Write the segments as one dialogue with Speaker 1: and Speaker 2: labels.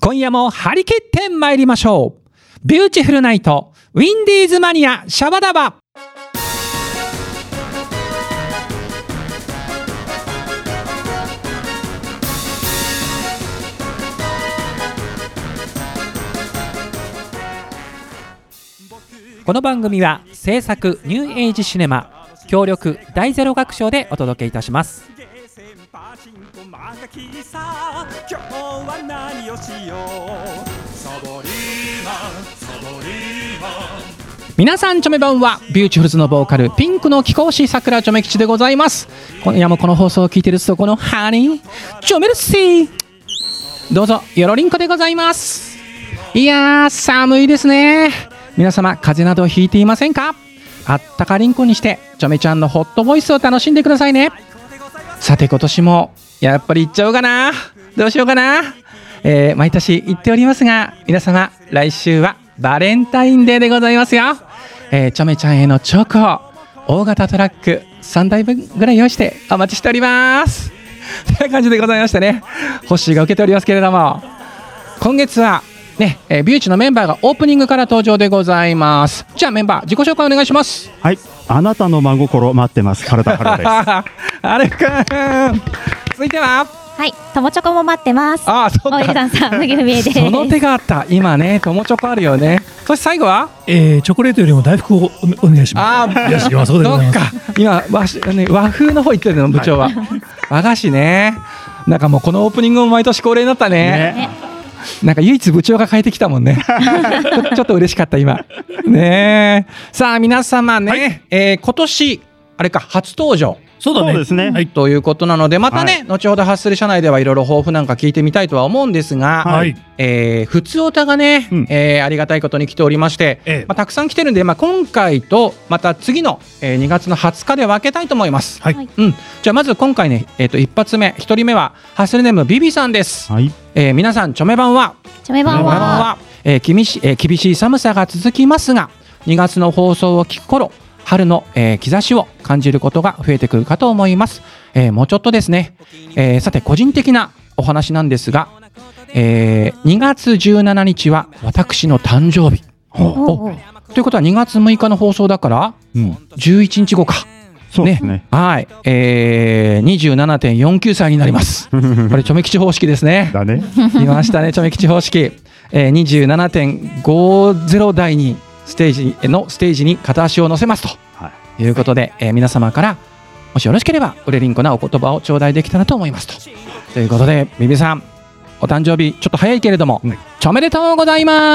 Speaker 1: 今夜も張り切って参りましょうビューティフルナイトウィンディーズマニアシャバダバこの番組は制作ニューエイジシネマ協力大ゼロ学賞でお届けいたします
Speaker 2: ゲーセンパチンコマガキさ今日は何をしようサボリーマンサボリーマン
Speaker 1: 皆さんチョメ版はビューチフルズのボーカルピンクの貴公子桜チョメ吉でございます今夜もこの放送を聞いてるそこのハニーチョメルシーどうぞよろりんこでございますいやー寒いですね皆様風邪などひいていませんかあったかりんこにしてチョメちゃんのホットボイスを楽しんでくださいねさて今年もやっぱり行っちゃおうかなどうしようかな、えー毎年行っておりますが皆様来週はバレンタインデーでございますよ、えー、チョメちゃんへのチョコ大型トラック3台分ぐらい用意してお待ちしております という感じでございましてねホッシーが受けておりますけれども今月はね、えービューチのメンバーがオープニングから登場でございますじゃあメンバー自己紹介お願いします
Speaker 3: はい、あなたの真心待ってます。原田 春です。
Speaker 1: あれくん続いては
Speaker 4: はい、友チョコも待ってます。
Speaker 1: ああそっ
Speaker 4: 大江
Speaker 1: か
Speaker 4: さんさ ん、麦文枝です。
Speaker 1: その手があった今ね友チョコあるよねそして最後は
Speaker 5: えー、チョコレートよりも大福をおお願いし
Speaker 1: あ
Speaker 5: ま
Speaker 1: ー
Speaker 5: す。よし、今そうでご
Speaker 1: ど
Speaker 5: ざい
Speaker 1: っ
Speaker 5: ます。
Speaker 1: か今和,、ね、和風の方行ってるの部長は、和菓子ねなんかもうこのオープニングも毎年恒例になったね
Speaker 3: ね、
Speaker 1: なんか唯一部長が変えてきたもんね ちょちょっと嬉しかった今ねえさあ皆様ね、えー今年あれか初登場
Speaker 5: そうだね。
Speaker 3: そうですね
Speaker 5: はい。
Speaker 1: ということなのでまたね、
Speaker 3: は
Speaker 1: 後ほどハッスル社内ではいろいろ抱負なんか聞いてみたいとは思うんですが、
Speaker 5: はい。
Speaker 1: えー、普通歌がね、
Speaker 3: うん
Speaker 1: えーありがたいことに来ておりまして、
Speaker 5: ええ
Speaker 1: まあ、たくさん来てるんで、まあ、今回とまた次の、えー2月の20日で分けたいと思います。
Speaker 5: はい
Speaker 4: はい
Speaker 1: うん、じゃあまず今回ね、えー、と一発目一人目はハッスルネームビビさんです。
Speaker 3: はい、
Speaker 1: えー皆さんチョメ版は
Speaker 4: チョメ
Speaker 1: こ
Speaker 4: バン
Speaker 1: んばん
Speaker 4: は。
Speaker 1: は、えー厳しえー厳しい寒さが続きますが2月の放送を聞く頃春の、えー兆しを感じることが増えてくるかと思います、えーもうちょっとですね、えーさて個人的なお話なんですが、えー2月17日は私の誕生日
Speaker 4: おうおう
Speaker 1: ということは2月6日の放送だから
Speaker 3: うん、
Speaker 1: 11日後か
Speaker 3: そうですね。
Speaker 1: はい、えー、27.49歳になり ますこれチョメ吉方式ですね
Speaker 3: だね。
Speaker 1: いましたね、チョメ吉方式、えー、27.50台にステージのステージに片足を乗せます
Speaker 3: は
Speaker 1: ということで、えー皆様からもしよろしければ売れりんこなお言葉を頂戴できたらと思いますと。ということで、ビビさん、お誕生日ちょっと早いけれども、
Speaker 3: はい
Speaker 1: ちょめでとうござい
Speaker 4: おめでとう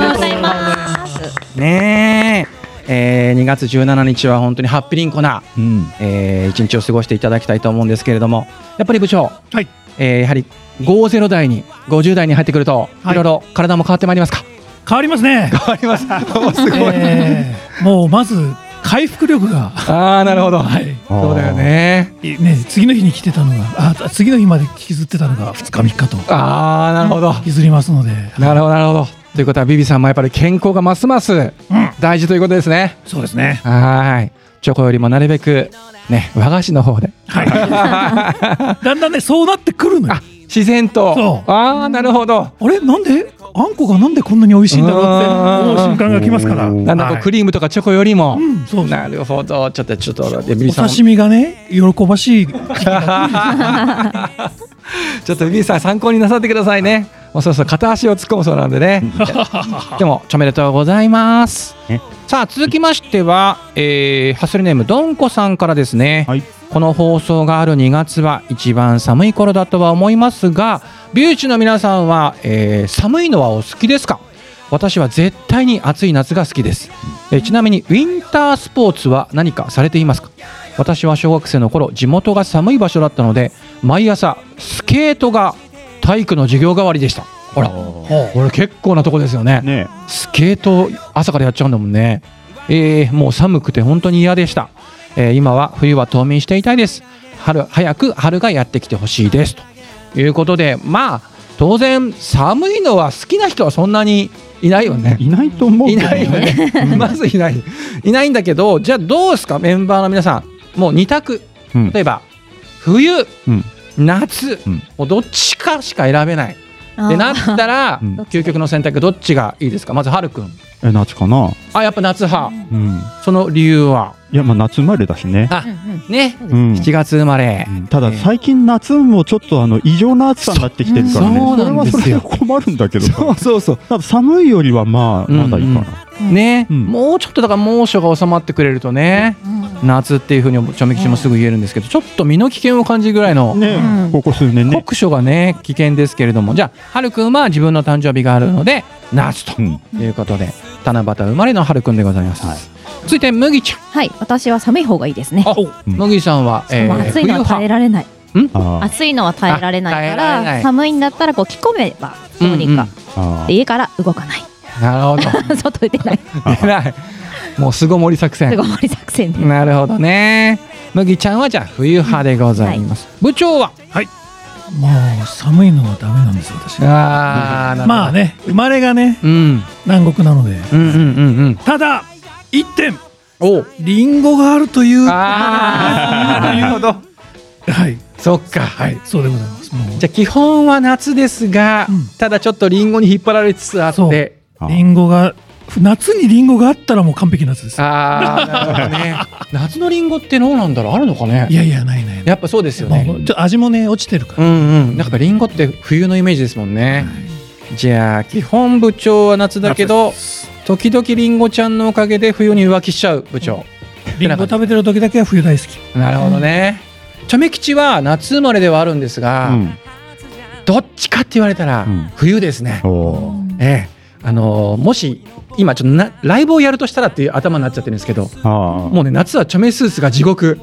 Speaker 1: ま
Speaker 4: ございます。
Speaker 1: す。ねええー、2月17日は本当にハッピーリンコな、
Speaker 3: うん、
Speaker 1: えー一日を過ごしていただきたいと思うんですけれども、やっぱり部長、
Speaker 5: はい。
Speaker 1: えーやはり50代に50代に入ってくると、
Speaker 5: は
Speaker 1: い、
Speaker 5: い
Speaker 1: ろいろ体も変わってまいりますか
Speaker 5: 変わりますね。
Speaker 1: 変わりますす
Speaker 5: えー、もうまず回復力が。
Speaker 1: ああなるほど、
Speaker 5: はい。
Speaker 1: そうだよね
Speaker 5: ね、次の日に来てたのが、あ、次の日まで引きずってたのが2日3日と。
Speaker 1: ああなるほど
Speaker 5: 引きずりますので。
Speaker 1: なるほどなるほどということはビビさんもやっぱり健康がますます大事ということですね、
Speaker 5: そうですね。
Speaker 1: はーいチョコよりもなるべくね和菓子の方で
Speaker 5: だんだんね、そうなってくるのよ
Speaker 1: あ。自然と
Speaker 5: そう
Speaker 1: ああなるほど
Speaker 5: あれなんであんこがなんでこんなに美味しいんだろうって思う瞬間が来ますから。
Speaker 3: うん
Speaker 1: なんだこうクリームとかチョコよりも、
Speaker 5: うん、そうです
Speaker 1: なるほどちょっとちょっとビビ
Speaker 5: お
Speaker 1: さん
Speaker 5: 刺身がね、喜ばしい。
Speaker 1: ちょっとビビさん参考になさってくださいね。もうそろそろ片足を突っ込むそうなんでね。でも、おめでとうございます
Speaker 3: ね。
Speaker 1: さあ、続きましては、えーハッスルネームどんこさんからですね。
Speaker 3: はい、
Speaker 1: この放送がある2月は一番寒い頃だとは思いますが、ビューチの皆さんは、えー寒いのはお好きですか私は絶対に暑い夏が好きです、えーちなみにウィンタースポーツは何かされていますか私は小学生の頃地元が寒い場所だったので毎朝スケートが体育の授業代わりでしたほらこれ結構なとこですよね
Speaker 3: ね、
Speaker 1: スケート朝からやっちゃうんだもんね。えーもう寒くて本当に嫌でした。えー今は冬は冬眠していたいです。春早く春がやってきてほしいです。ということで、まあ当然寒いのは好きな人はそんなにいないよね。
Speaker 3: いないと思うけ
Speaker 1: い
Speaker 3: ど
Speaker 1: ないよね。 まずいない。いないんだけど、じゃあどうですかメンバーの皆さん。もう2択。
Speaker 3: うん
Speaker 1: 例えば、冬、
Speaker 3: うん
Speaker 1: 夏、
Speaker 3: うん
Speaker 1: もうどっちかしか選べない。
Speaker 4: あ
Speaker 1: で
Speaker 4: ー
Speaker 1: なったら
Speaker 3: うん
Speaker 1: 究極の選択どっちがいいですかまずはるくん
Speaker 3: え夏かな
Speaker 1: あやっぱ夏派
Speaker 3: うん
Speaker 1: その理由はい
Speaker 3: やまあ夏生まれだしね
Speaker 1: あ
Speaker 4: うん
Speaker 1: ね
Speaker 3: うん
Speaker 1: 7月生まれ
Speaker 3: うんただ
Speaker 1: ええ
Speaker 3: 最近夏もちょっとあの異常な暑さになってきてるからね
Speaker 1: そうそうなんですよ
Speaker 3: それはそれで困るんだけど
Speaker 1: そうそうそう
Speaker 3: 多分寒いよりはまあまだいいかな、
Speaker 4: うん
Speaker 1: ね、
Speaker 3: うん
Speaker 1: もうちょっとだから猛暑が収まってくれるとね、
Speaker 4: うん
Speaker 1: 夏っていうふうにちょめ吉もすぐ言えるんですけどちょっと身の危険を感じるぐらいの
Speaker 3: ね、
Speaker 4: うん
Speaker 3: ここ数年ね、
Speaker 1: 酷暑がね危険ですけれどもじゃあはるくんは自分の誕生日があるので夏と
Speaker 3: うん、
Speaker 1: いうことで七夕生まれのはるくんでございます、
Speaker 3: はい
Speaker 1: 続いて麦ちゃん
Speaker 4: はい、私は寒い方がいいですね。
Speaker 1: あ、
Speaker 3: ん
Speaker 1: 麦さんは、え
Speaker 4: もう
Speaker 1: ー、
Speaker 4: 暑いのは耐えられない。
Speaker 3: あ
Speaker 4: 暑いのは耐えられないか
Speaker 1: あ耐えられな
Speaker 4: ら、
Speaker 1: い
Speaker 4: 寒いんだったらこう着込めばどうにか。
Speaker 3: ーあ
Speaker 4: で家から動かない。
Speaker 1: なるほど
Speaker 4: 外出ない。
Speaker 1: 出ない もう巣ごもり作
Speaker 4: す
Speaker 1: 戦
Speaker 4: ごい盛り作戦で。
Speaker 1: なるほどね麦ちゃんはじゃあ冬派でございます、部長は
Speaker 5: もう寒いのはダメなんです私
Speaker 1: ああ
Speaker 5: まあね生まれがね
Speaker 1: うん
Speaker 5: 南国なので
Speaker 1: うんうんうんうん
Speaker 5: ただ一点
Speaker 1: お
Speaker 5: リンゴがあるという
Speaker 1: ああなるほど
Speaker 5: はい
Speaker 1: そっか
Speaker 5: はいそうでございますもう
Speaker 1: じゃあ基本は夏ですが、
Speaker 5: うん
Speaker 1: ただちょっとリンゴに引っ張られつつあっ
Speaker 5: そ
Speaker 1: て
Speaker 5: うリンゴが夏にリンゴがあったらもう完璧なやつです
Speaker 1: ああなるほど ね夏のリンゴってどうなんだろうあるのかね
Speaker 5: いやいやないないない
Speaker 1: やっぱそうですよね
Speaker 5: もうちょっと味もね落ちてるか
Speaker 1: う
Speaker 5: ら
Speaker 1: んうんなんかリンゴって冬のイメージですもんね、じゃあ基本部長は夏だけど時々リンゴちゃんのおかげで冬に浮気しちゃう部長、
Speaker 5: リンゴ食べてる時だけは冬大好き
Speaker 1: なるほどねチョメ吉は夏生まれではあるんですが、
Speaker 3: うん
Speaker 1: どっちかって言われたら
Speaker 3: うん
Speaker 1: 冬ですね、
Speaker 3: おー
Speaker 1: ええあのーもし今ちょっとなライブをやるとしたらっていう頭になっちゃってるんですけど
Speaker 3: あー
Speaker 1: もうね夏はチョメスーツが地獄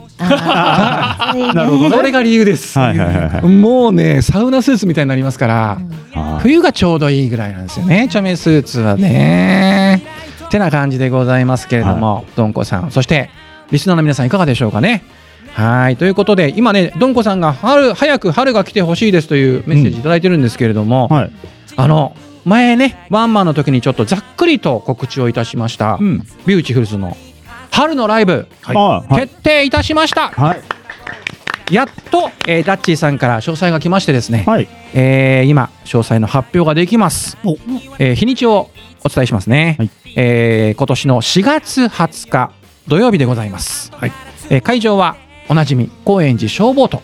Speaker 4: あ ー
Speaker 3: なるほどね
Speaker 1: それが理由です、
Speaker 3: はいはいはいはい
Speaker 1: もうねサウナスーツみたいになりますから、
Speaker 3: あー
Speaker 1: 冬がちょうどいいぐらいなんですよねチョメスーツはねてな感じでございますけれども、どんこさんそしてリスナーの皆さんいかがでしょうかねはいということで今ねどんこさんが春早く春が来てほしいですというメッセージ頂いただいてるんですけれども、
Speaker 3: はい、
Speaker 1: あの前ねワンマンの時にちょっとざっくりと告知をいたしました、
Speaker 3: うん
Speaker 1: ビューティフルズの春のライブ、
Speaker 3: はいあーはい
Speaker 1: 決定いたしました、
Speaker 3: はい
Speaker 1: やっと、えーダッチーさんから詳細が来ましてですね、
Speaker 3: はい
Speaker 1: えー今詳細の発表ができます、えー日にちをお伝えしますね、
Speaker 3: はい
Speaker 1: えー今年の4月20日土曜日でございます、
Speaker 3: はい
Speaker 1: えー会場はおなじみ高円寺消防と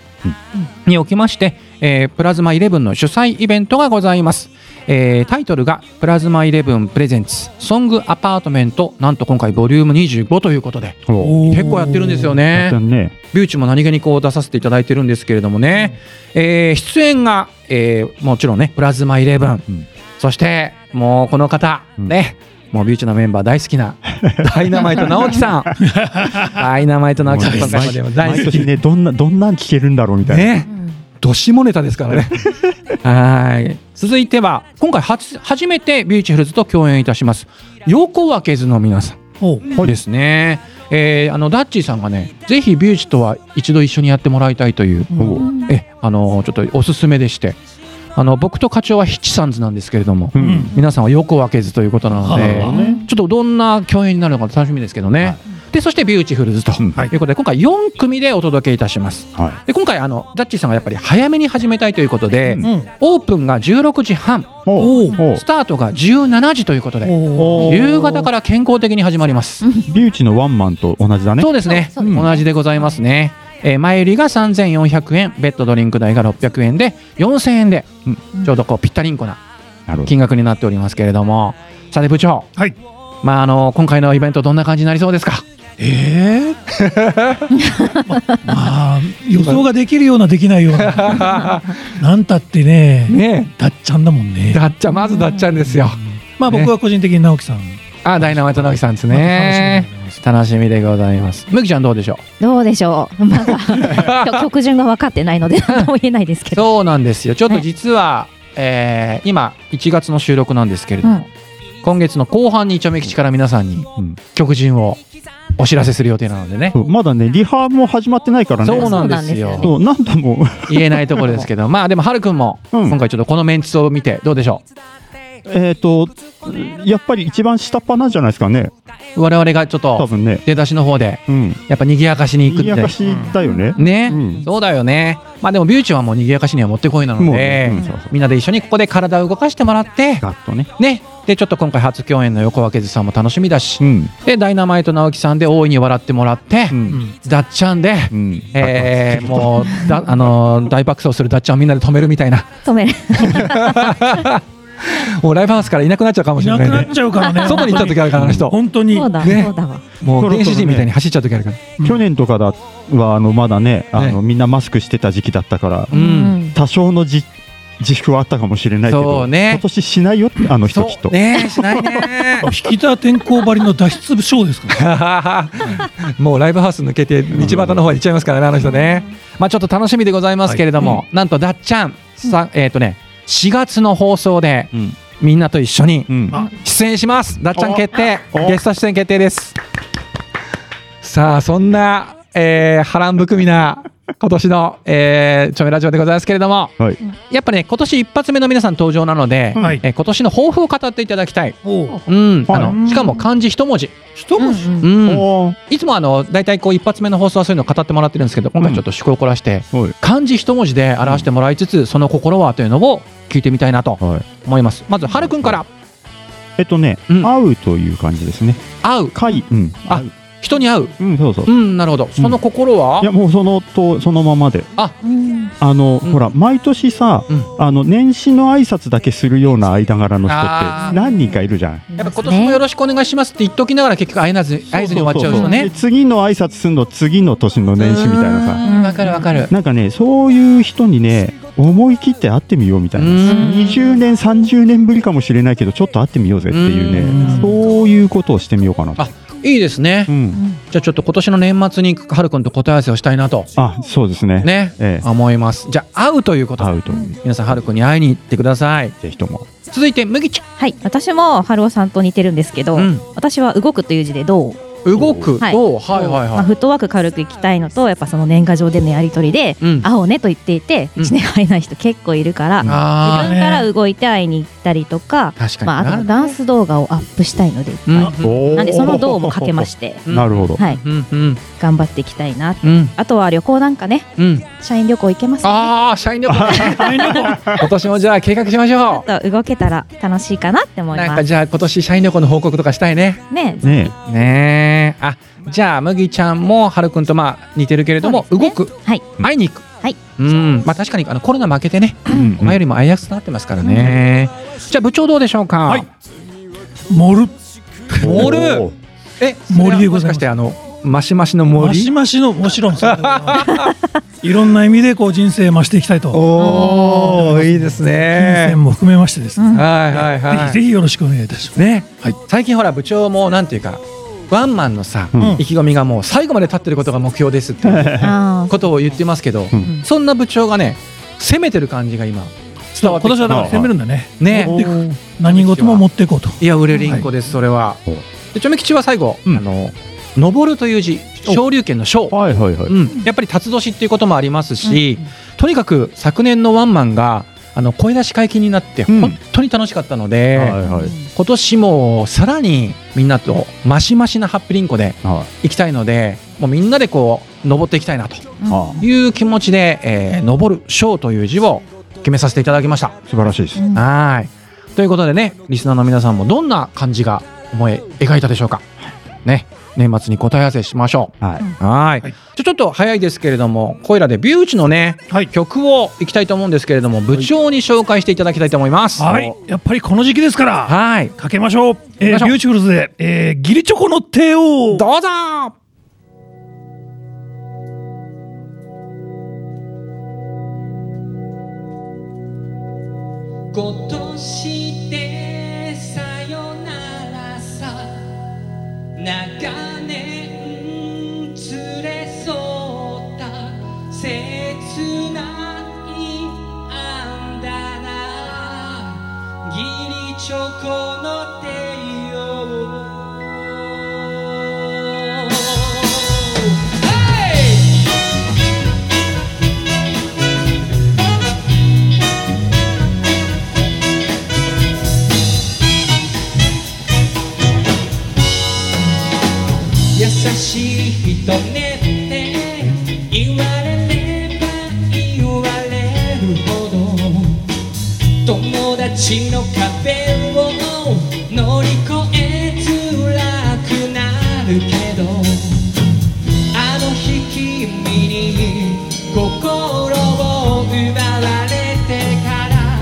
Speaker 1: におきまして、えープラズマイレブンの主催イベントがございます、えータイトルが「プラズマイレブンプレゼンツソングアパートメント」なんと今回ボリューム25ということで
Speaker 3: おー
Speaker 5: おー
Speaker 1: 結構やってるんですよね
Speaker 3: やったね
Speaker 1: ビューチも何気にこう出させていただいてるんですけれどもね、えー出演が、えーもちろんね、プラズマイレブン、
Speaker 3: うん
Speaker 1: そしてもうこの方、
Speaker 3: うん
Speaker 1: ね、もうビューチのメンバー大好き な、ダイナマイト直樹さん、 ダイナマイト直樹さん
Speaker 3: 毎
Speaker 1: がでも大好き
Speaker 3: 年ねどんなどんなん聞けるんだろうみたいな、
Speaker 1: ね、どしもネタですからね。 はい。続いては、今回初、初めてビューチフルズと共演いたします、横分けずの皆さん。
Speaker 5: おう
Speaker 1: ですね。えーあのダッチーさんがね、ぜひビューチとは一度一緒にやってもらいたいという、
Speaker 3: おー
Speaker 1: え、あのちょっとおすすめでして、あの僕と課長はヒッチサンズなんですけれども、
Speaker 3: うん
Speaker 1: 皆さんはよく分けずということなの
Speaker 5: なるほ
Speaker 1: で、
Speaker 5: ど
Speaker 3: ね
Speaker 1: ちょっとどんな共演になるのか楽しみですけどね。
Speaker 3: はい
Speaker 1: で、そしてビューチフルズということで、今回4組でお届けいたします。
Speaker 3: はい
Speaker 1: で、今回あのダッチーさんがやっぱり早めに始めたいということで、
Speaker 5: うん
Speaker 1: オープンが16時半、
Speaker 3: お
Speaker 5: お
Speaker 3: ーお
Speaker 1: スタートが17時ということで、
Speaker 5: おー
Speaker 1: 夕方から健康的に始まります。
Speaker 3: ービューチのワンマンと同じだね
Speaker 1: そうですね。
Speaker 4: そうそうですね
Speaker 1: 同じでございますね。えー前売りが3400円、ベッドドリンク代が600円で、4000円で、ちょうどこうぴったりんこな
Speaker 3: なるほど
Speaker 1: 金額になっておりますけれども、さて部長、
Speaker 5: はい
Speaker 1: まああの今回のイベントどんな感じになりそうですか。
Speaker 5: ええ まあ予想ができるようなできないよ うななんたってね
Speaker 1: ね
Speaker 5: だっちゃんだもん
Speaker 1: え、
Speaker 5: ね
Speaker 1: だっちゃまずだっちゃんですよ。
Speaker 5: まあ
Speaker 1: ね
Speaker 5: 僕は個人的に直樹さん
Speaker 1: あ、ダイナマイト直樹さんですね。楽しみでございます。むきちゃんどうでしょ
Speaker 4: どうでしょう。ま だ曲順が分かってないので何とも言えないです
Speaker 1: う。
Speaker 4: けど。
Speaker 1: そうなんですよ。ちょっと実は、えー今1月の収録なんですけれど
Speaker 4: う
Speaker 1: も、
Speaker 4: ん。
Speaker 1: 今月の後半に一応めきちから皆さんに
Speaker 3: うん
Speaker 1: 曲順をお知らせする予定なのでね
Speaker 3: そ。うまだねリハも始まってないからね
Speaker 1: そうなんですよ。
Speaker 3: そうなんだもう
Speaker 1: 言えないところですけど、まあでも、はるくんも、
Speaker 3: うん
Speaker 1: 今回ちょっとこのメンツを見て、どうでしょう。
Speaker 3: えっ、と、やっぱり一番下っ端じゃないですかね、
Speaker 1: 我々がちょっ
Speaker 3: 多
Speaker 1: と
Speaker 3: 分ね。
Speaker 1: 出だしの方で
Speaker 3: うん。
Speaker 1: やっぱ賑やかしに行く
Speaker 3: 賑
Speaker 1: っ
Speaker 3: や
Speaker 1: て
Speaker 3: かしだよね。
Speaker 1: ね、
Speaker 3: うん
Speaker 1: そうだよねまあでもビューチはもう賑やかしにはもってこいなの
Speaker 3: もう
Speaker 1: で、
Speaker 3: ねうんそうそう
Speaker 1: みんなで一緒にここで体を動かしてもらって
Speaker 3: ガッとね。
Speaker 1: ねでちょっと今回初共演の横分さんも楽しみだし、
Speaker 3: うん。
Speaker 1: でダイナマイト直樹さんで大いに笑ってもらって、
Speaker 3: うん。
Speaker 1: ダッチャンで、
Speaker 3: うん。
Speaker 1: えーもうだ、あのー大爆笑するダッチャンをみんなで止めるみたい な
Speaker 4: 止める。
Speaker 1: もうライブハウスからいなくなっちゃうかも
Speaker 5: い
Speaker 1: しれ
Speaker 5: な
Speaker 1: な
Speaker 5: く
Speaker 1: い
Speaker 5: な
Speaker 1: ね
Speaker 5: っちゃうから ね。
Speaker 1: 外に行った時あるからあの人
Speaker 5: 本当に。
Speaker 4: そうだ、
Speaker 1: ね
Speaker 4: そうだわ。
Speaker 1: もう電子人みたいに走っちゃう時あるから、
Speaker 3: 去年とかだはあのまだねあのみんなマスクしてた時期だったから
Speaker 1: うん
Speaker 3: 多少のじ自粛はあったかもしれないけ
Speaker 1: そう
Speaker 3: ど、
Speaker 1: ね
Speaker 3: 今年しないよってあの人きっ
Speaker 1: そ
Speaker 3: と、
Speaker 1: うねしないね
Speaker 5: 引きた天候張りの脱出ショーですから。
Speaker 1: もうライブハウス抜けて道端の方へ行っちゃいますからねあの人ね、まあ、ちょっと楽しみでございますけれども、なんとだっちゃんさ、えっ、とね4月の放送で
Speaker 3: うん
Speaker 1: みんなと一緒に
Speaker 3: うん、
Speaker 5: あ
Speaker 1: 出演しますだっちゃん決定
Speaker 3: お
Speaker 1: ゲスト出演決定ですさあそんな、えー波乱含みな今年の、えー、チョメラジオでございますけれども
Speaker 3: はい、
Speaker 1: やっぱね今年一発目の皆さん登場なので、
Speaker 5: はい
Speaker 1: えー今年の抱負を語っていただきたい、
Speaker 5: おう
Speaker 1: うん
Speaker 3: はい
Speaker 1: あのしかも漢字一文字、
Speaker 5: 一文字。
Speaker 4: う
Speaker 1: うんん、
Speaker 3: おー
Speaker 1: いつもあの大体こう一発目の放送はそういうのを語ってもらってるんですけど今回ちょっと趣向を凝らして、
Speaker 3: はい
Speaker 1: 漢字一文字で表してもらいつつ、その心はというのを聞いてみたいなと
Speaker 3: はい
Speaker 1: 思いますまずはるくんから
Speaker 3: えっとね、
Speaker 1: うん
Speaker 3: 会うという感じですね
Speaker 1: 「会う
Speaker 3: 会うん
Speaker 1: あ
Speaker 3: 会う
Speaker 1: 人に会う」
Speaker 3: うんそうそう、
Speaker 1: うんなるほどその心はい
Speaker 3: やもうそのとそのままで
Speaker 4: うん
Speaker 3: あの、
Speaker 1: うん
Speaker 3: ほら毎年さ、
Speaker 1: うん
Speaker 3: あの年始の挨拶だけするような間柄の人
Speaker 1: あー
Speaker 3: って何人かいるじゃん
Speaker 1: やっぱ今年もよろしくお願いしますって言っときながら結局会えなず会えずに終わっちゃう人
Speaker 3: そそそ
Speaker 1: ね
Speaker 3: で次の挨拶すんの次の年の年始みたいなさ
Speaker 1: うんわかるわかる
Speaker 3: なんかねそういう人にね思い切って会ってみようみたいな
Speaker 1: うん
Speaker 3: 20年30年ぶりかもしれないけどちょっと会ってみようぜっていう
Speaker 1: う
Speaker 3: ね
Speaker 1: ん
Speaker 3: そういうことをしてみようかなと
Speaker 1: あいいですね
Speaker 3: うん
Speaker 1: じゃあちょっと今年の年末にはるくんと答え合わせをしたいなと
Speaker 3: あそうですね
Speaker 1: ね
Speaker 3: ええ
Speaker 1: 思いますじゃあ会うということ
Speaker 3: 会うという
Speaker 1: 皆さんはるくんに会いに行ってください
Speaker 3: ぜひとも
Speaker 1: 続いて麦ち
Speaker 4: はい、私も春尾さんと似てるんですけ
Speaker 1: ゃ
Speaker 4: ど、
Speaker 1: ん、うん、
Speaker 4: 私は動くという字でどう、
Speaker 1: 動く
Speaker 4: はい
Speaker 1: とはいはい
Speaker 4: まあ、
Speaker 1: はい
Speaker 4: フットワーク軽くいきたいのと、やっぱその年賀状でのやり取りで、
Speaker 1: うん
Speaker 4: 会おうねと言っていて、
Speaker 1: うん
Speaker 4: 1年会えない人結構いるから、自
Speaker 1: あ
Speaker 4: 分から動いて会いに行ったりとか、
Speaker 1: ー確かに
Speaker 4: まあ、あと
Speaker 1: な
Speaker 4: ダンス動画をアップしたいのでいっぱい、
Speaker 1: うん
Speaker 4: なんでその「どう」もかけましてて、
Speaker 1: うん
Speaker 3: なるほど
Speaker 4: はい、
Speaker 1: うんうん
Speaker 4: 頑張っていきたいな
Speaker 1: うん
Speaker 4: あとは旅行なんかね
Speaker 1: うん
Speaker 4: 社員旅行行けますか、ね、
Speaker 1: ああ社員旅 行今年もじゃあ計画しましょ
Speaker 4: ちょっと動けたら楽しいかなって思
Speaker 1: う
Speaker 4: い
Speaker 1: なん
Speaker 4: ま
Speaker 1: か
Speaker 4: す
Speaker 1: じゃあ今年社員旅行の報告とかしたいね
Speaker 4: ね
Speaker 3: ね
Speaker 1: ねえあじゃあ麦ちゃんもはるくんとまあ似てるけれども、
Speaker 4: そうで
Speaker 1: 動
Speaker 4: すね
Speaker 1: く
Speaker 4: はい
Speaker 1: 会いに行く
Speaker 4: はい
Speaker 1: うんまあ確かにあのコロナ負けてね
Speaker 3: えうん
Speaker 1: 前よりも会いやすくなってますからね、じゃあ部長どうでしょうか
Speaker 5: はい盛る。
Speaker 1: モールえ
Speaker 5: 森でござい
Speaker 1: それはもしか
Speaker 5: ます
Speaker 1: してあのマシマシの
Speaker 5: マシ
Speaker 1: 森
Speaker 5: マシのもちろんそう だけどいろんな意味でこう人生増していきたいと。
Speaker 1: おおいいです
Speaker 5: 金
Speaker 1: ね
Speaker 5: 銭も含めましてですね。
Speaker 1: はいはいはい
Speaker 5: ぜひぜひよろしくお願いいたします。
Speaker 1: ね、最近ほら部長もなんていうかワンマンのさ、
Speaker 3: うん
Speaker 1: 意気込みがもう最後まで立ってることが目標ですっていう
Speaker 4: あ
Speaker 1: ことを言ってますけど、
Speaker 3: ん
Speaker 1: そんな部長がね攻めてる感じが今伝わって
Speaker 5: 今
Speaker 1: き
Speaker 5: 年はだ
Speaker 1: た
Speaker 5: から攻めるんだね。
Speaker 1: ね
Speaker 5: 何事も持っていこうと。
Speaker 1: いや売れりんこです、それは
Speaker 3: ほう
Speaker 1: でちょめ吉は最後、
Speaker 3: うん
Speaker 1: あの登るという字昇竜拳の昇
Speaker 3: はいはいはい
Speaker 1: うん、やっぱり辰年っていうこともありますし、とにかく昨年のワンマンがあの声出し解禁になって
Speaker 3: うん
Speaker 1: 本当に楽しかったので、
Speaker 3: はいはい
Speaker 1: 今年もさらにみんなとマシマシなハッピリンコで
Speaker 3: は
Speaker 1: 行きたいのでもうみんなでこう登っていきたいなと
Speaker 3: いあ
Speaker 1: いう気持ちで「えー登る賞」という字を決めさせていただきました。
Speaker 3: 素晴らしいです
Speaker 4: うん
Speaker 1: はいということでねリスナーの皆さんもどんな漢字が思い描いたでしょうか。ね年末に答え合わせしましょう。
Speaker 3: はい
Speaker 1: はい、
Speaker 5: はい
Speaker 1: じゃあちょっと早いですけれどもこいらでビューチのね
Speaker 5: はい。
Speaker 1: 曲をいきたいと思うんですけれども部長に紹介していただきたいと思います。
Speaker 5: はい。やっぱりこの時期ですから。
Speaker 1: はい
Speaker 5: かけましょう。
Speaker 1: け
Speaker 5: え
Speaker 1: まし
Speaker 5: ー
Speaker 1: ょう
Speaker 5: ビューチフルズで、えーギリチョコの帝王。
Speaker 1: どうぞ
Speaker 6: 今年でさよならさ長年連れ添った切ないあんだな義理チョコの帝王 Hey! 「しい人ねって言われれば言われるほど友達の壁を乗り越えづらくなるけどあの日君に心を奪われてから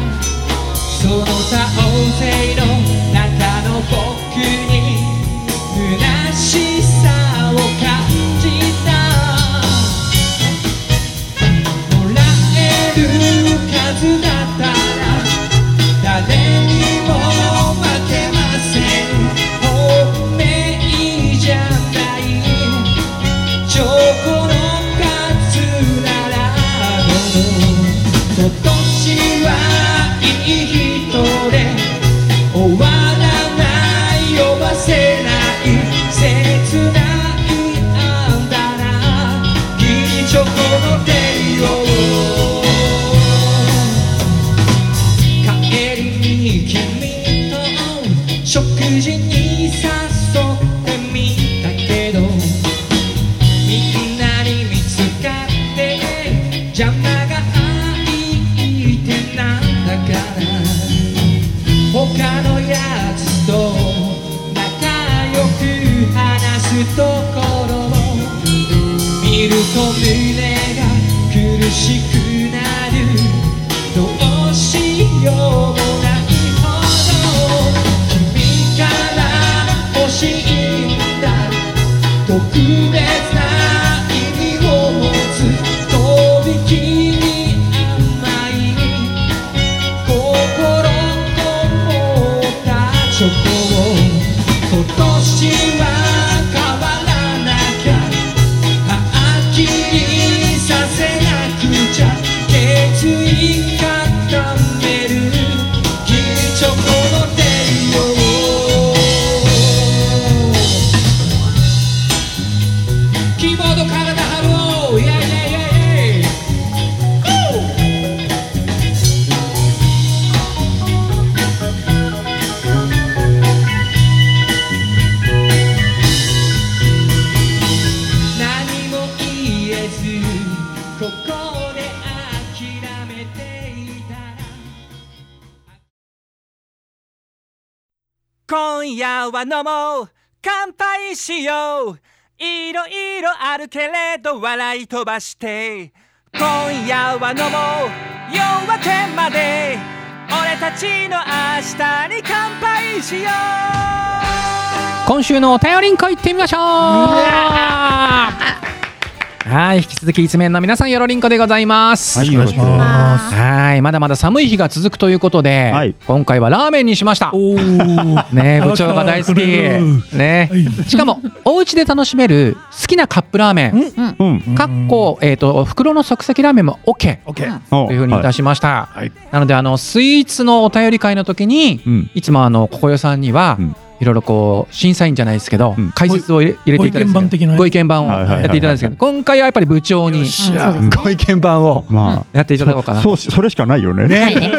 Speaker 6: その他大勢の中の僕に虚しさを感じたもらえる数だったら誰にも負けません本命じゃないチョコの数ならどう今年はいい人で終わらない呼ばせない切ないあんだな義理チョコの手を帰りに君と食事に誘ってみたけどみんなに見つかって邪魔がいてなんだから他のやつと仲良く話すところを見ると胸が苦しくなるどうしようもないほど君から欲しいんだ特別な意味を持つとびきり甘い心と思ったチョコを今年は変わらなきゃはっきりさせなくちゃ決意固めるギリチョコの手をキーボード体張ろうイエイイエイイエイ何も言えずここで諦めていたら
Speaker 2: 今夜は飲もう乾杯しよういろいろあるけれど笑い飛ばして今夜は飲もう夜明けまで俺たちの明日に乾杯しよ
Speaker 1: 今週のお便りんこ行ってみましょうはい引き続き一面の皆さんよろりんこでございます
Speaker 3: はい、よろしくお願いします。
Speaker 1: はいまだまだ寒い日が続くということで、
Speaker 3: はい
Speaker 1: 今回はラーメンにしました
Speaker 5: おー
Speaker 1: ね部長が大好きねしかもお家で楽しめる好きなカップラーメン
Speaker 3: うん。
Speaker 1: かっこ、えー、と袋の即席ラーメンも OK
Speaker 5: オッケー。
Speaker 3: と
Speaker 1: というふうにいたしました、
Speaker 5: はい
Speaker 1: なのであのスイーツのお便り会の時に、
Speaker 3: うん
Speaker 1: いつもあのここよさんには、
Speaker 3: うん
Speaker 1: いろいろこう審査員じゃないですけど、
Speaker 3: うん
Speaker 1: 解説を入れ入れていただいて
Speaker 5: ご意見番的なね
Speaker 1: ご意見番を
Speaker 3: はいはいはいはい
Speaker 1: やっていただいたんですけど今回はやっぱり部長にご意見番を
Speaker 3: ま
Speaker 1: やっていただこうか
Speaker 3: あ、
Speaker 1: な
Speaker 3: そうし、それしかないよね。
Speaker 4: はいね。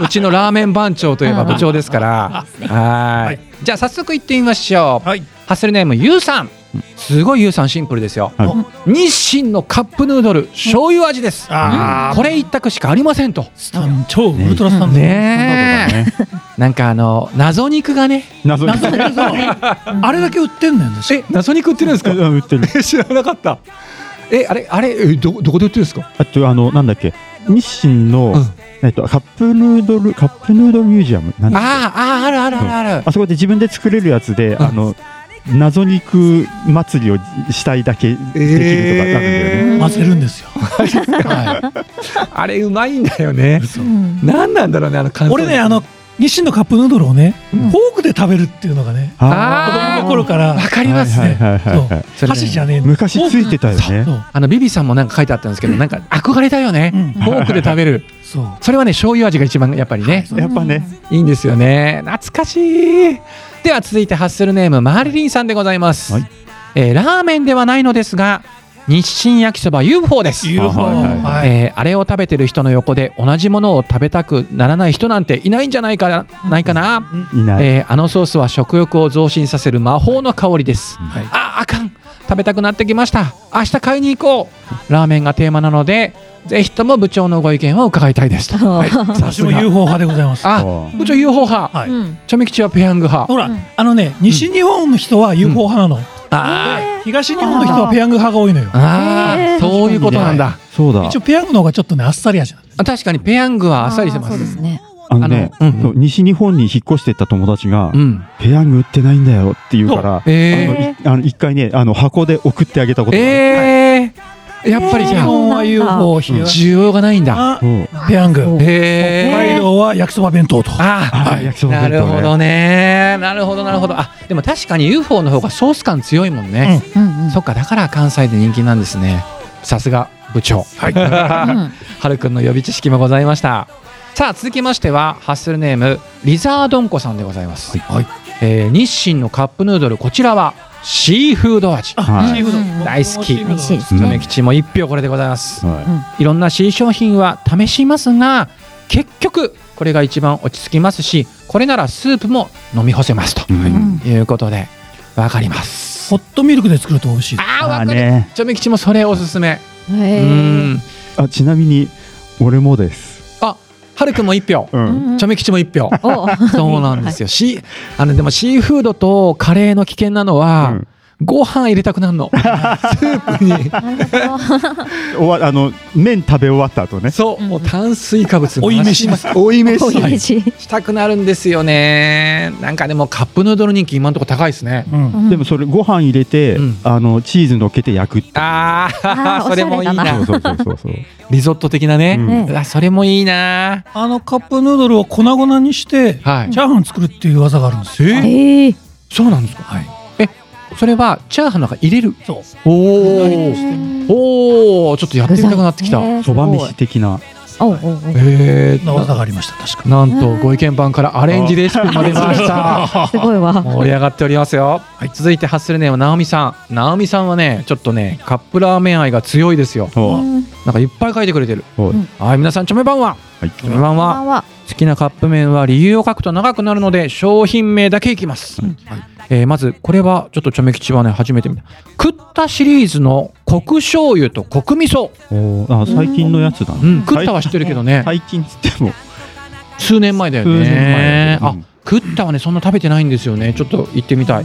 Speaker 1: うちのラーメン番長といえば部長ですからは
Speaker 5: はいい
Speaker 1: じゃあ早速いってみましょう、
Speaker 5: はい
Speaker 1: ハッスルネームゆうさんすごいゆうさんシンプルですよ、
Speaker 3: はい
Speaker 1: 日清のカップヌードル醤油味です、
Speaker 5: あ
Speaker 1: これ一択しかありませんと
Speaker 5: スタン超ウルトラスタンド。
Speaker 1: ねえなんかあの謎肉がね
Speaker 3: 謎に。
Speaker 5: 謎だけどあれだけ売ってんだよね。
Speaker 1: え謎肉売ってるんです
Speaker 3: うん売ってる。
Speaker 1: 知らなかったえあれあれえどどこで売ってるんですか
Speaker 3: あと、あの、なんだっけ。日清の
Speaker 1: うん、
Speaker 3: えっと、カップヌードル、カップヌードルミュージアム。なんだっけ
Speaker 1: あああるあるあるある
Speaker 3: あそこで自分で作れるやつで、あの。謎肉祭りをしたいだけできるとかあるんだよね。
Speaker 5: 混ぜるんですよ。はい
Speaker 1: あれうまいんだよね
Speaker 4: うん
Speaker 1: 何なんだろうねあの感想
Speaker 5: 俺ねあの日清のカップヌードルをねフォークで食べるっていうのがね子
Speaker 1: あー
Speaker 5: 供の頃から
Speaker 1: わかります
Speaker 3: はい
Speaker 1: ね
Speaker 3: はいはいはいはい
Speaker 5: そう箸じゃねえんだ
Speaker 3: 昔ついてたよね。
Speaker 5: そう
Speaker 1: あのビビさんもなんか書いてあったんですけどなんか憧れたよね
Speaker 5: うん
Speaker 1: フォークで食べ る
Speaker 5: そう
Speaker 1: それはね醤油味が一番やっぱりね
Speaker 3: やっぱね。
Speaker 1: いいんですよね懐かしいでは続いてハッスルネームマーリリンさんでございます、
Speaker 3: はい
Speaker 1: えーラーメンではないのですが日清焼きそば UFO です、
Speaker 3: あはいはいはい
Speaker 5: はい
Speaker 1: えーあれを食べてる人の横で同じものを食べたくならない人なんていないんじゃないかなないかな、
Speaker 3: いない。
Speaker 1: えーあのソースは食欲を増進させる魔法の香りです、
Speaker 5: はい
Speaker 1: ああかん食べたくなってきました明日買いに行こうラーメンがテーマなのでぜひとも部長のご意見を伺いたいですと
Speaker 5: はい私も UFO 派でございます。
Speaker 1: あ
Speaker 3: そう
Speaker 1: 部長 UFO 派
Speaker 5: はい
Speaker 4: うん
Speaker 1: チョメ吉はペヤング派
Speaker 5: ほら
Speaker 4: うん、
Speaker 5: あのね、西日本の人は UFO 派なの。
Speaker 1: あー
Speaker 5: 東日本の人はペヤング派が多いのよ。
Speaker 1: あー
Speaker 4: へー
Speaker 1: そういうことなんだ
Speaker 3: そうだ
Speaker 5: 一応。ペヤングの方がちょっとね、あっさり味なんです。
Speaker 1: あ確かにペヤングはあっさりしてま
Speaker 4: あーそうですすね。
Speaker 3: あのね、
Speaker 1: あのうん
Speaker 3: そう西日本に引っ越してった友達が
Speaker 1: う、ん
Speaker 3: ペヤング売ってないんだよって言うから、
Speaker 1: えー
Speaker 4: え
Speaker 3: あのいあの一回ね、あの箱で送ってあげたことがある。
Speaker 1: えーやっぱりじ
Speaker 5: 日
Speaker 1: ゃあ
Speaker 5: 本は UFO 冷やし
Speaker 1: 需要がないんだ
Speaker 5: あ
Speaker 3: そう
Speaker 5: ペヤング。
Speaker 4: そう
Speaker 5: 北
Speaker 1: へ
Speaker 5: 海
Speaker 1: え
Speaker 5: 道は焼きそば弁当と。
Speaker 1: あ
Speaker 3: あ焼きそば
Speaker 1: な
Speaker 3: 弁
Speaker 1: る
Speaker 3: 当ね
Speaker 1: ほどねなるほどなるほどあでも確かに UFO の方がソース感強いもんね
Speaker 4: うんうん。
Speaker 1: そっかだから関西で人気なんですねさすが部長
Speaker 4: うん
Speaker 1: はるくんの予備知識もございましたさあ続きましてはハッスルネームリザードンコさんでございます、えー日清のカップヌードルこちらはシーフード味
Speaker 3: はい。
Speaker 4: うん
Speaker 1: 大好き
Speaker 4: 美味しいです
Speaker 3: うん
Speaker 4: ね。
Speaker 1: 梅吉も1票これでございます
Speaker 3: はい
Speaker 1: いろんな新商品は試しますが結局これが一番落ち着きますしこれならスープも飲み干せますと
Speaker 3: はい
Speaker 4: うん
Speaker 1: いうことでわかります
Speaker 5: ホットミルクで作ると美味しい。
Speaker 1: ああ
Speaker 3: ま
Speaker 1: わか
Speaker 3: あ
Speaker 1: る、
Speaker 3: ね。
Speaker 1: ちょめ吉もそれおすすめう
Speaker 4: へー
Speaker 1: ん
Speaker 3: あ、ちなみに、俺もです。
Speaker 1: あはるくんも1票
Speaker 3: うん。
Speaker 1: ちょめ吉も1票
Speaker 4: お
Speaker 1: そうなんですよ。シーあのでもシーフードとカレーの危険なのは、
Speaker 3: うん
Speaker 1: ご飯入れたくなるの。スープに。
Speaker 3: 終わあの麺食べ終わった後ね。
Speaker 1: そう、
Speaker 4: うん
Speaker 1: もう炭水化物
Speaker 5: 追い飯
Speaker 1: 回し追い飯
Speaker 4: おい
Speaker 1: はい
Speaker 4: しい。
Speaker 1: したくなるんですよね。なんかでもカップヌードル人気今のところ高いですね。
Speaker 5: うん。
Speaker 3: でもそれご飯入れて、
Speaker 1: うん
Speaker 3: あのチーズ乗っけて焼くって。
Speaker 1: ああ
Speaker 4: あー
Speaker 1: それもいい
Speaker 4: おしゃれだ
Speaker 1: な
Speaker 3: そう。そうそうそうそう。
Speaker 1: リゾット的なね。
Speaker 3: うん
Speaker 1: う
Speaker 4: ね
Speaker 1: わそれもいいな。
Speaker 5: あのカップヌードルを粉々にして、チャ
Speaker 1: はい。
Speaker 5: ーハン作るっていう技があるんですよ。
Speaker 4: ええ
Speaker 1: そうなんですか。はい。え、それはチャーハンの中入れる。
Speaker 5: そう。
Speaker 1: おお。おお、ちょっとやってみたくなってきた。
Speaker 4: 具材ね
Speaker 3: そば飯的な。
Speaker 4: おうおうおう
Speaker 1: え
Speaker 5: な技がありました、確か。
Speaker 1: なんとご意見番からアレンジレシピまで出ました。
Speaker 4: すごい わ。
Speaker 1: 盛り上がっておりますよ。続いてハッスルネームなおみさん。なおみさんはね、ちょっとね、カップラーメン愛が強いですよ。
Speaker 3: そうう。
Speaker 4: ん
Speaker 1: なんかいっぱい書いてくれてる。
Speaker 3: そう
Speaker 4: うん
Speaker 1: はい、皆さん、チョメ版は。
Speaker 3: はい。
Speaker 1: チョメ版
Speaker 4: こんば
Speaker 1: は。
Speaker 4: んは。
Speaker 1: 好きなカップ麺は理由を書くと長くなるので、商品名だけいきます。えーまず、これはちょっとチョメ吉はね、初めて見た。食ったシリーズのコク醤油とコク味噌。
Speaker 3: おーあ、最近のやつだな。
Speaker 1: うん、食ったは知ってるけどね。
Speaker 3: 最近っつっても。
Speaker 1: 数年前だよね
Speaker 3: 数年前だよ
Speaker 1: あ
Speaker 3: うん
Speaker 1: 食ったはねそんな食べてないんですよねちょっと行ってみたい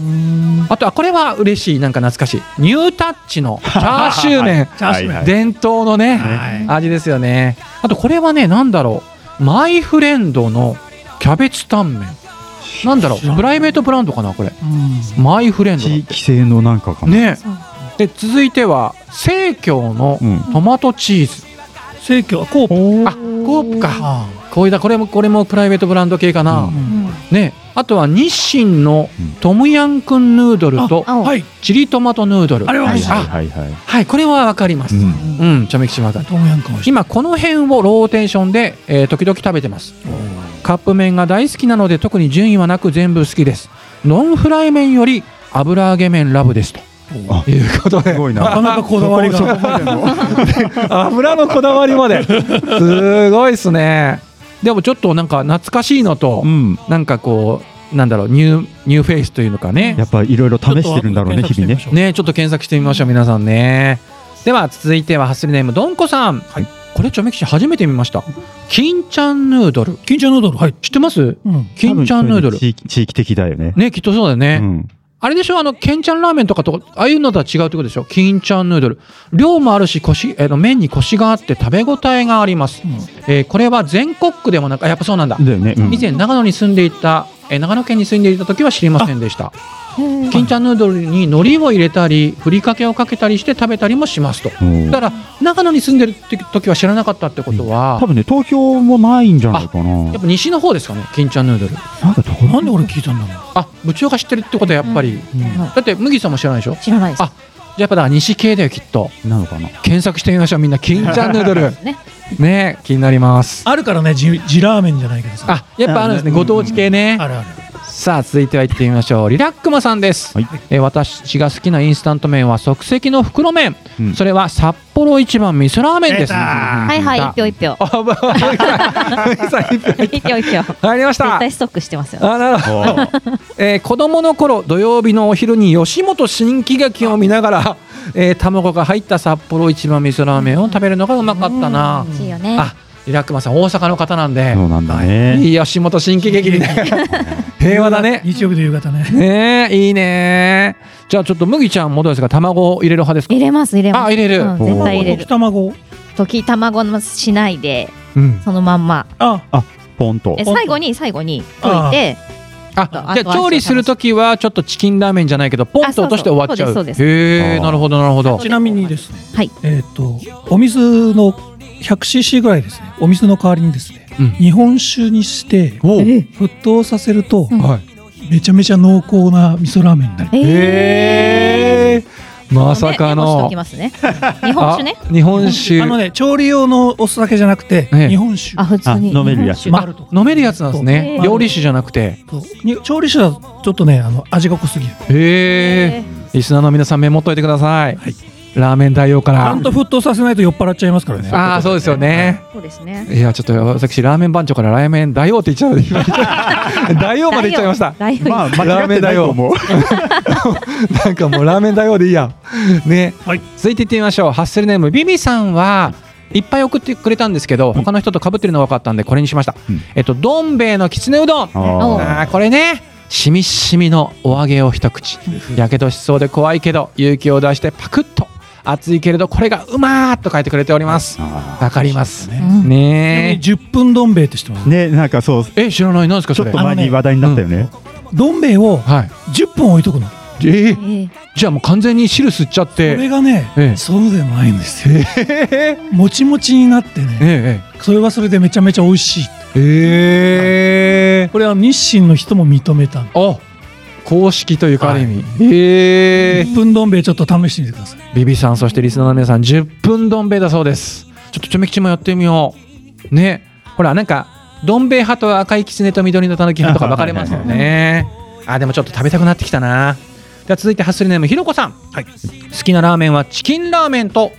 Speaker 1: あとはこれは嬉しいなんか懐かしいニュータッチのチャーシュー麺
Speaker 3: はいはい
Speaker 1: 伝統のね、
Speaker 3: はい
Speaker 1: 味ですよねあとこれはねなんだろうマイフレンドのキャベツタンメンなんだろうプライベートブランドかなこれマイフレンドだ
Speaker 3: 地域性のなんかかな。。
Speaker 1: ねで続いては生協の
Speaker 3: うん。
Speaker 1: トマトチーズ、
Speaker 5: 生協はコープ。
Speaker 1: あコープか
Speaker 5: あ
Speaker 1: これだこれもこれもプライベートブランド系かな、
Speaker 3: うん
Speaker 5: ーう
Speaker 4: うんん
Speaker 1: ね、あとは日清のトムヤンクンヌードルと
Speaker 4: あ
Speaker 5: はい。
Speaker 1: チリトマトヌードル。
Speaker 5: あれは美味しい
Speaker 1: あ
Speaker 3: はいはいはい。
Speaker 1: はい、これはわかります。
Speaker 3: う。
Speaker 1: うんん、ちょめきちまだ。
Speaker 5: トムヤンクン美味しい。
Speaker 1: 今この辺をローテーションで、えー時々食べてます。カップ麺が大好きなので特に順位はなく全部好きです。ノンフライ麺より油揚げ麺ラブですと。
Speaker 3: あ
Speaker 1: いうことです
Speaker 3: ごいな。
Speaker 5: なかなかこだわりが
Speaker 3: そこそこまでの
Speaker 1: 油のこだわりま で。すごいですね。でもちょっとなんか懐かしいのと、
Speaker 3: うん。
Speaker 1: なんかこうなんだろうニューニューフェイスというのかね。
Speaker 3: やっぱいろいろ 試してるんだろうね、日々ね。
Speaker 1: ねちょっと検索してみましょう皆さんねでは続いてはハッスルネームどんこさん、
Speaker 3: い
Speaker 1: これちょめきし初めて見ました金ちゃんヌードル
Speaker 5: 緊張ヌードル、はい。
Speaker 1: 知ってます
Speaker 5: うん。
Speaker 1: 金ちゃんヌード
Speaker 3: 多分
Speaker 1: ル
Speaker 3: そういう地域地域的だよね。
Speaker 1: ねきっとそうだよね、
Speaker 3: うん。
Speaker 1: あれでしょあのけんちゃんラーメンとかとああいうのとは違うってことでしょ金ちゃんヌードル量もあるしコシえーの麺にコシがあって食べ応えがあります、えーこれは全国区でもなくあやっぱそうなんだ、
Speaker 3: だよね。うん
Speaker 1: 以前長野に住んでいたえー長野県に住んでいた時は知りませんでした金ちゃんヌードルに海苔を入れたりふりかけをかけたりして食べたりもしますと
Speaker 3: うん
Speaker 1: だから長野に住んでるって時は知らなかったってことは
Speaker 3: 多分ね、東京もないんじゃないかな。
Speaker 1: やっぱ西の方ですかね金ちゃんヌードル
Speaker 3: なんかどこ
Speaker 5: なんで俺聞いたんだろ
Speaker 1: あ部長が知ってるってことはやっぱり、
Speaker 4: うん
Speaker 1: だって麦さんも知らないでしょじゃ
Speaker 4: 知らないです
Speaker 1: あ。あやっぱだから西系だよきっと
Speaker 3: なのかな。
Speaker 1: 検索してみましょうみんな金ちゃんヌードル
Speaker 4: ね
Speaker 1: ね気になります
Speaker 5: あるからね、地地ラーメンじゃないけどさ。
Speaker 1: あやっぱあるんですねご当地系ね
Speaker 5: あるある。
Speaker 1: さあ続いては行ってみましょうリラックマさんです、
Speaker 3: はい
Speaker 1: えー私が好きなインスタント麺は即席の袋麺、
Speaker 3: うん
Speaker 1: それは札幌一番味噌ラーメンです
Speaker 5: 出た
Speaker 4: はいはい、
Speaker 1: あ
Speaker 4: 一票一票。
Speaker 1: あぶ
Speaker 4: 一票一票。絶
Speaker 1: 入りました
Speaker 4: 対ストックしてますよ。
Speaker 1: あなるほどえー子供の頃土曜日のお昼に吉本新喜劇を見ながら、えー卵が入った札幌一番味噌ラーメンを食べるのがうまかったな、
Speaker 4: 欲しいよね。
Speaker 1: あリラックマさん大阪の方なんで、
Speaker 3: そうなんだね。
Speaker 1: いい吉本新喜劇にね平和だね
Speaker 5: 日曜日の夕方ね。
Speaker 1: ねえいいねじゃあちょっと麦ちゃんもどうですか卵を入れる派ですか
Speaker 4: 入れます入れます。
Speaker 1: あ入れる
Speaker 4: うん絶対入れ
Speaker 5: 溶き
Speaker 4: る。
Speaker 5: 卵。
Speaker 4: 溶き卵のしないで
Speaker 1: うん
Speaker 4: そのまんま。
Speaker 5: あ、
Speaker 3: ポンと
Speaker 4: え。
Speaker 5: ほんと
Speaker 4: 最後に最後に溶いて。
Speaker 1: あじゃあ調理するときはちょっとチキンラーメンじゃないけどポンと落として終わっちゃう
Speaker 4: あそうそうそうです
Speaker 1: へえ
Speaker 3: あー
Speaker 1: なるほどなるほど
Speaker 5: ちなみにですね。
Speaker 4: はい。
Speaker 5: えっとお水の 100cc ぐらいですね。お水の代わりにですね
Speaker 1: うん。
Speaker 5: 日本酒にして
Speaker 1: おう
Speaker 5: 沸騰させると
Speaker 4: うん
Speaker 1: はい
Speaker 5: めちゃめちゃ濃厚な味噌ラーメンになる。
Speaker 1: へえまさか
Speaker 4: メモしと
Speaker 1: の
Speaker 4: きますね。日本酒ね。
Speaker 1: あ日本酒
Speaker 5: あのね調理用のお酢だけじゃなくて
Speaker 1: ええ
Speaker 5: 日本酒
Speaker 4: あ、普通に。
Speaker 3: あ飲めるやつ
Speaker 4: 日本
Speaker 1: あ
Speaker 4: 酒
Speaker 1: 飲めるやつなんですね
Speaker 4: へー
Speaker 1: 料理酒じゃなくて
Speaker 5: とに調理酒だとちょっとねあの味が濃すぎる。
Speaker 1: へえリスナーの皆さんメモっといてくださいラーメン大王か
Speaker 5: ち
Speaker 1: ら
Speaker 5: ゃんと沸騰させないと酔っ払っちゃいますからね。
Speaker 1: ああそうですよね
Speaker 4: そうですね。
Speaker 1: いやちょっと私ラーメン番長からラーメン大王って言っちゃう大王まで言っちゃいました
Speaker 4: 大丈夫。
Speaker 3: まあ間
Speaker 1: ラーメ
Speaker 3: 違っ
Speaker 1: ン
Speaker 3: てな
Speaker 1: だ
Speaker 3: い
Speaker 1: よ
Speaker 3: と思う。
Speaker 1: なんかもうラーメン大王でいいやんね、
Speaker 5: はい
Speaker 1: 続いていってみましょうハッスルネームビビさんはいっぱい送ってくれたんですけど他の人と被ってるのが分かったんでこれにしました、
Speaker 3: うん
Speaker 1: えっとどん兵衛のきつねうどん
Speaker 4: お
Speaker 3: あ
Speaker 1: あーこれねしみしみのお揚げを一口やけどしそうで怖いけど勇気を出してパクッと熱いけれどこれがうまーっと書いてくれております
Speaker 3: あ
Speaker 1: わかります
Speaker 5: ね
Speaker 4: うん
Speaker 1: ね
Speaker 5: 十分どん兵衛って知ってます
Speaker 3: ー。。ね、なんかそう、ち
Speaker 1: え知らないなんですか
Speaker 3: ょ
Speaker 1: そ
Speaker 3: っ
Speaker 1: れ
Speaker 3: と前に話題になったよね。
Speaker 5: どん兵衛を
Speaker 1: はい
Speaker 5: 10分置いとくの。こ
Speaker 1: えー
Speaker 4: ええ
Speaker 1: じゃあもう完全に汁吸っちゃって
Speaker 5: れがね、
Speaker 1: ええ
Speaker 5: そうでもないんですよ。
Speaker 1: え
Speaker 5: もちもちになってね、
Speaker 1: え
Speaker 5: それはそれでめちゃめちゃ美味しい。
Speaker 1: ええ
Speaker 5: これは日清の人も認めたの。
Speaker 1: あ公式というかある意味、え
Speaker 5: 10分どん兵衛ちょっと試してみてください。
Speaker 1: ビビさんそしてリスナーの皆さん10分どん兵衛だそうですちょっとちょめきちもやってみようねほらなんかどん兵衛派と赤いきつねと緑のたぬき派とか分かれますよねあでもちょっと食べたくなってきたなでは続いてハッスルネームひろこさん、好きなラーメンはチキンラーメンと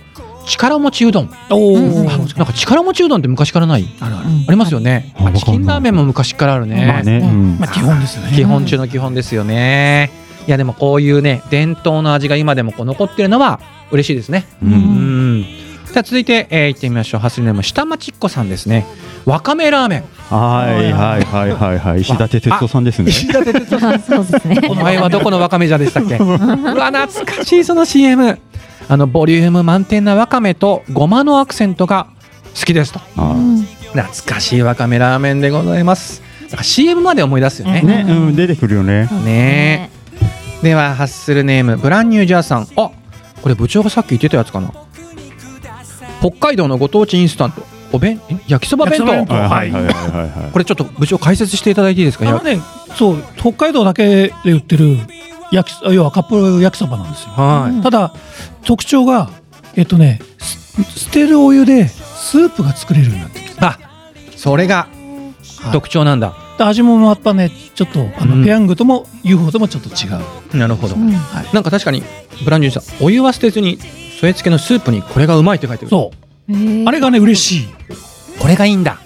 Speaker 1: 力持ちうどん
Speaker 5: お
Speaker 4: うん
Speaker 1: あなんか力持ちうどんって昔からないありますよね、
Speaker 3: あ
Speaker 1: あチキンラーメンも昔からあるね,、
Speaker 3: まあね、うん
Speaker 5: まあ基本ですよね。
Speaker 1: 基本中の基本ですよねいやでもこういうね伝統の味が今でもこう残ってるのは嬉しいですね
Speaker 3: う。
Speaker 1: うんんじゃあ続いて、えー、行ってみましょうハスリネーム下町っ子さんですねわかめラーメ ン
Speaker 3: はいはいはいはいはい、石立哲夫さんですね。
Speaker 1: 石田哲
Speaker 4: あそうですね。
Speaker 1: お前はどこのわかめじゃでしたっ けうわ懐かしいその CM あのボリューム満点なわかめとごまのアクセントが好きですと
Speaker 4: う
Speaker 3: あ
Speaker 4: ん
Speaker 1: 懐かしいわかめラーメンでございますなんか CM まで思い出すよね
Speaker 3: ーね、うん、出てくるよね。
Speaker 1: ねではハッスルネームブランニュージャーさんあこれ部長がさっき言ってたやつかな北海道のご当地インスタントお弁ん焼きそば弁
Speaker 5: 焼きそば弁
Speaker 1: 当
Speaker 5: 当
Speaker 3: はいはいはいはいはい。
Speaker 1: これちょっと部長解説していただいていいですか
Speaker 5: あの
Speaker 1: や
Speaker 5: ね、そう北海道だけで売ってる焼き要はカップ焼きそばなんですよ。
Speaker 1: はい
Speaker 5: ただ特徴がえっとねす捨てるお湯でスープが作れるようになってる。
Speaker 1: あそれが特徴なんだ
Speaker 5: で味もまたねちょっとあの、
Speaker 1: うん
Speaker 5: ペヤングとも UFO ともちょっと違う。
Speaker 1: なるほど
Speaker 4: うん
Speaker 1: なんか確かにブランニュージャーさんお湯は捨てずに添え付けのスープにこれがうまいって書いてる
Speaker 5: そう
Speaker 4: うん
Speaker 5: あれがね嬉しい。
Speaker 1: これがいいんだ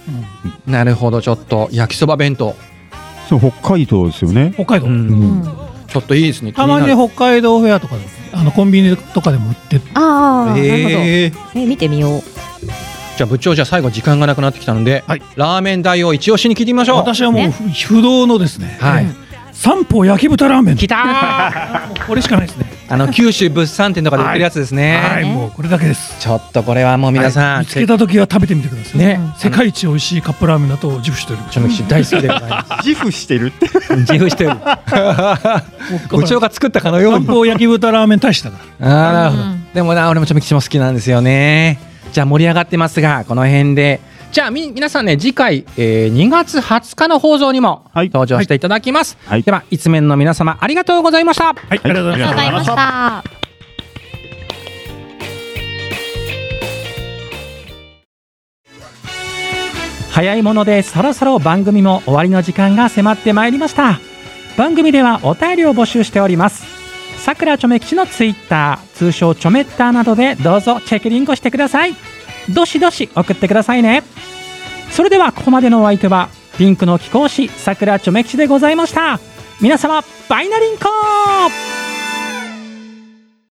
Speaker 1: なるほどちょっと焼きそば弁当
Speaker 3: そう、北海道ですよね。
Speaker 5: 北海道。
Speaker 1: うん
Speaker 4: うんん
Speaker 1: ちょっといいですね
Speaker 5: たまにね北海道フェアとかでもあのコンビニとかでも売ってる。
Speaker 4: ああ、な
Speaker 1: 気になる
Speaker 4: るほど。
Speaker 1: えー
Speaker 4: え、見てみよう。
Speaker 1: じゃあ部長じゃあ最後時間がなくなってきたので、
Speaker 5: はい
Speaker 1: ラーメン代を一押しに聞いてみましょう。
Speaker 5: 私はもう
Speaker 4: ね
Speaker 5: 不動のですね。
Speaker 1: はい。
Speaker 5: 三宝焼き豚ラーメン。
Speaker 1: 来たー
Speaker 5: これしかないですね。
Speaker 1: あの九州物産展とかで売ってるやつですね。
Speaker 5: はい、
Speaker 4: ね
Speaker 5: もうこれだけです。
Speaker 1: ちょっとこれはもう皆さん、
Speaker 5: 見つけた時は食べてみてください
Speaker 1: ね
Speaker 5: 世界一美味しいカップラーメンだと自負しております
Speaker 1: ちょめきち大好きでござい ま
Speaker 3: 自負してるって。
Speaker 1: す。自負してる。部長が作ったかのよう
Speaker 5: 三
Speaker 1: に。
Speaker 5: 宝焼き豚ラーメン大したから
Speaker 1: ああなるほど
Speaker 4: うん
Speaker 1: でもな俺もちょめきちも好きなんですよね。じゃあ盛り上がってますがこの辺で。じゃあみ皆さんね次回、えー2月20日の放送にも
Speaker 3: はい
Speaker 1: 登場していただきます。
Speaker 3: はい
Speaker 1: では一面の皆様ありがとうございました。
Speaker 5: はい
Speaker 3: ありがとうございま
Speaker 4: わ
Speaker 3: す
Speaker 4: かりました。
Speaker 1: 早いものでそろそろ番組も終わりの時間が迫ってまいりました番組ではお便りを募集しておりますさくらちょめ吉のツイッター通称ちょめッターなどでどうぞチェックリンクをしてくださいどしどし送ってくださいねそれではここまでのお相手はピンクの貴公子さくらちょめ吉でございました皆様バイナリンコー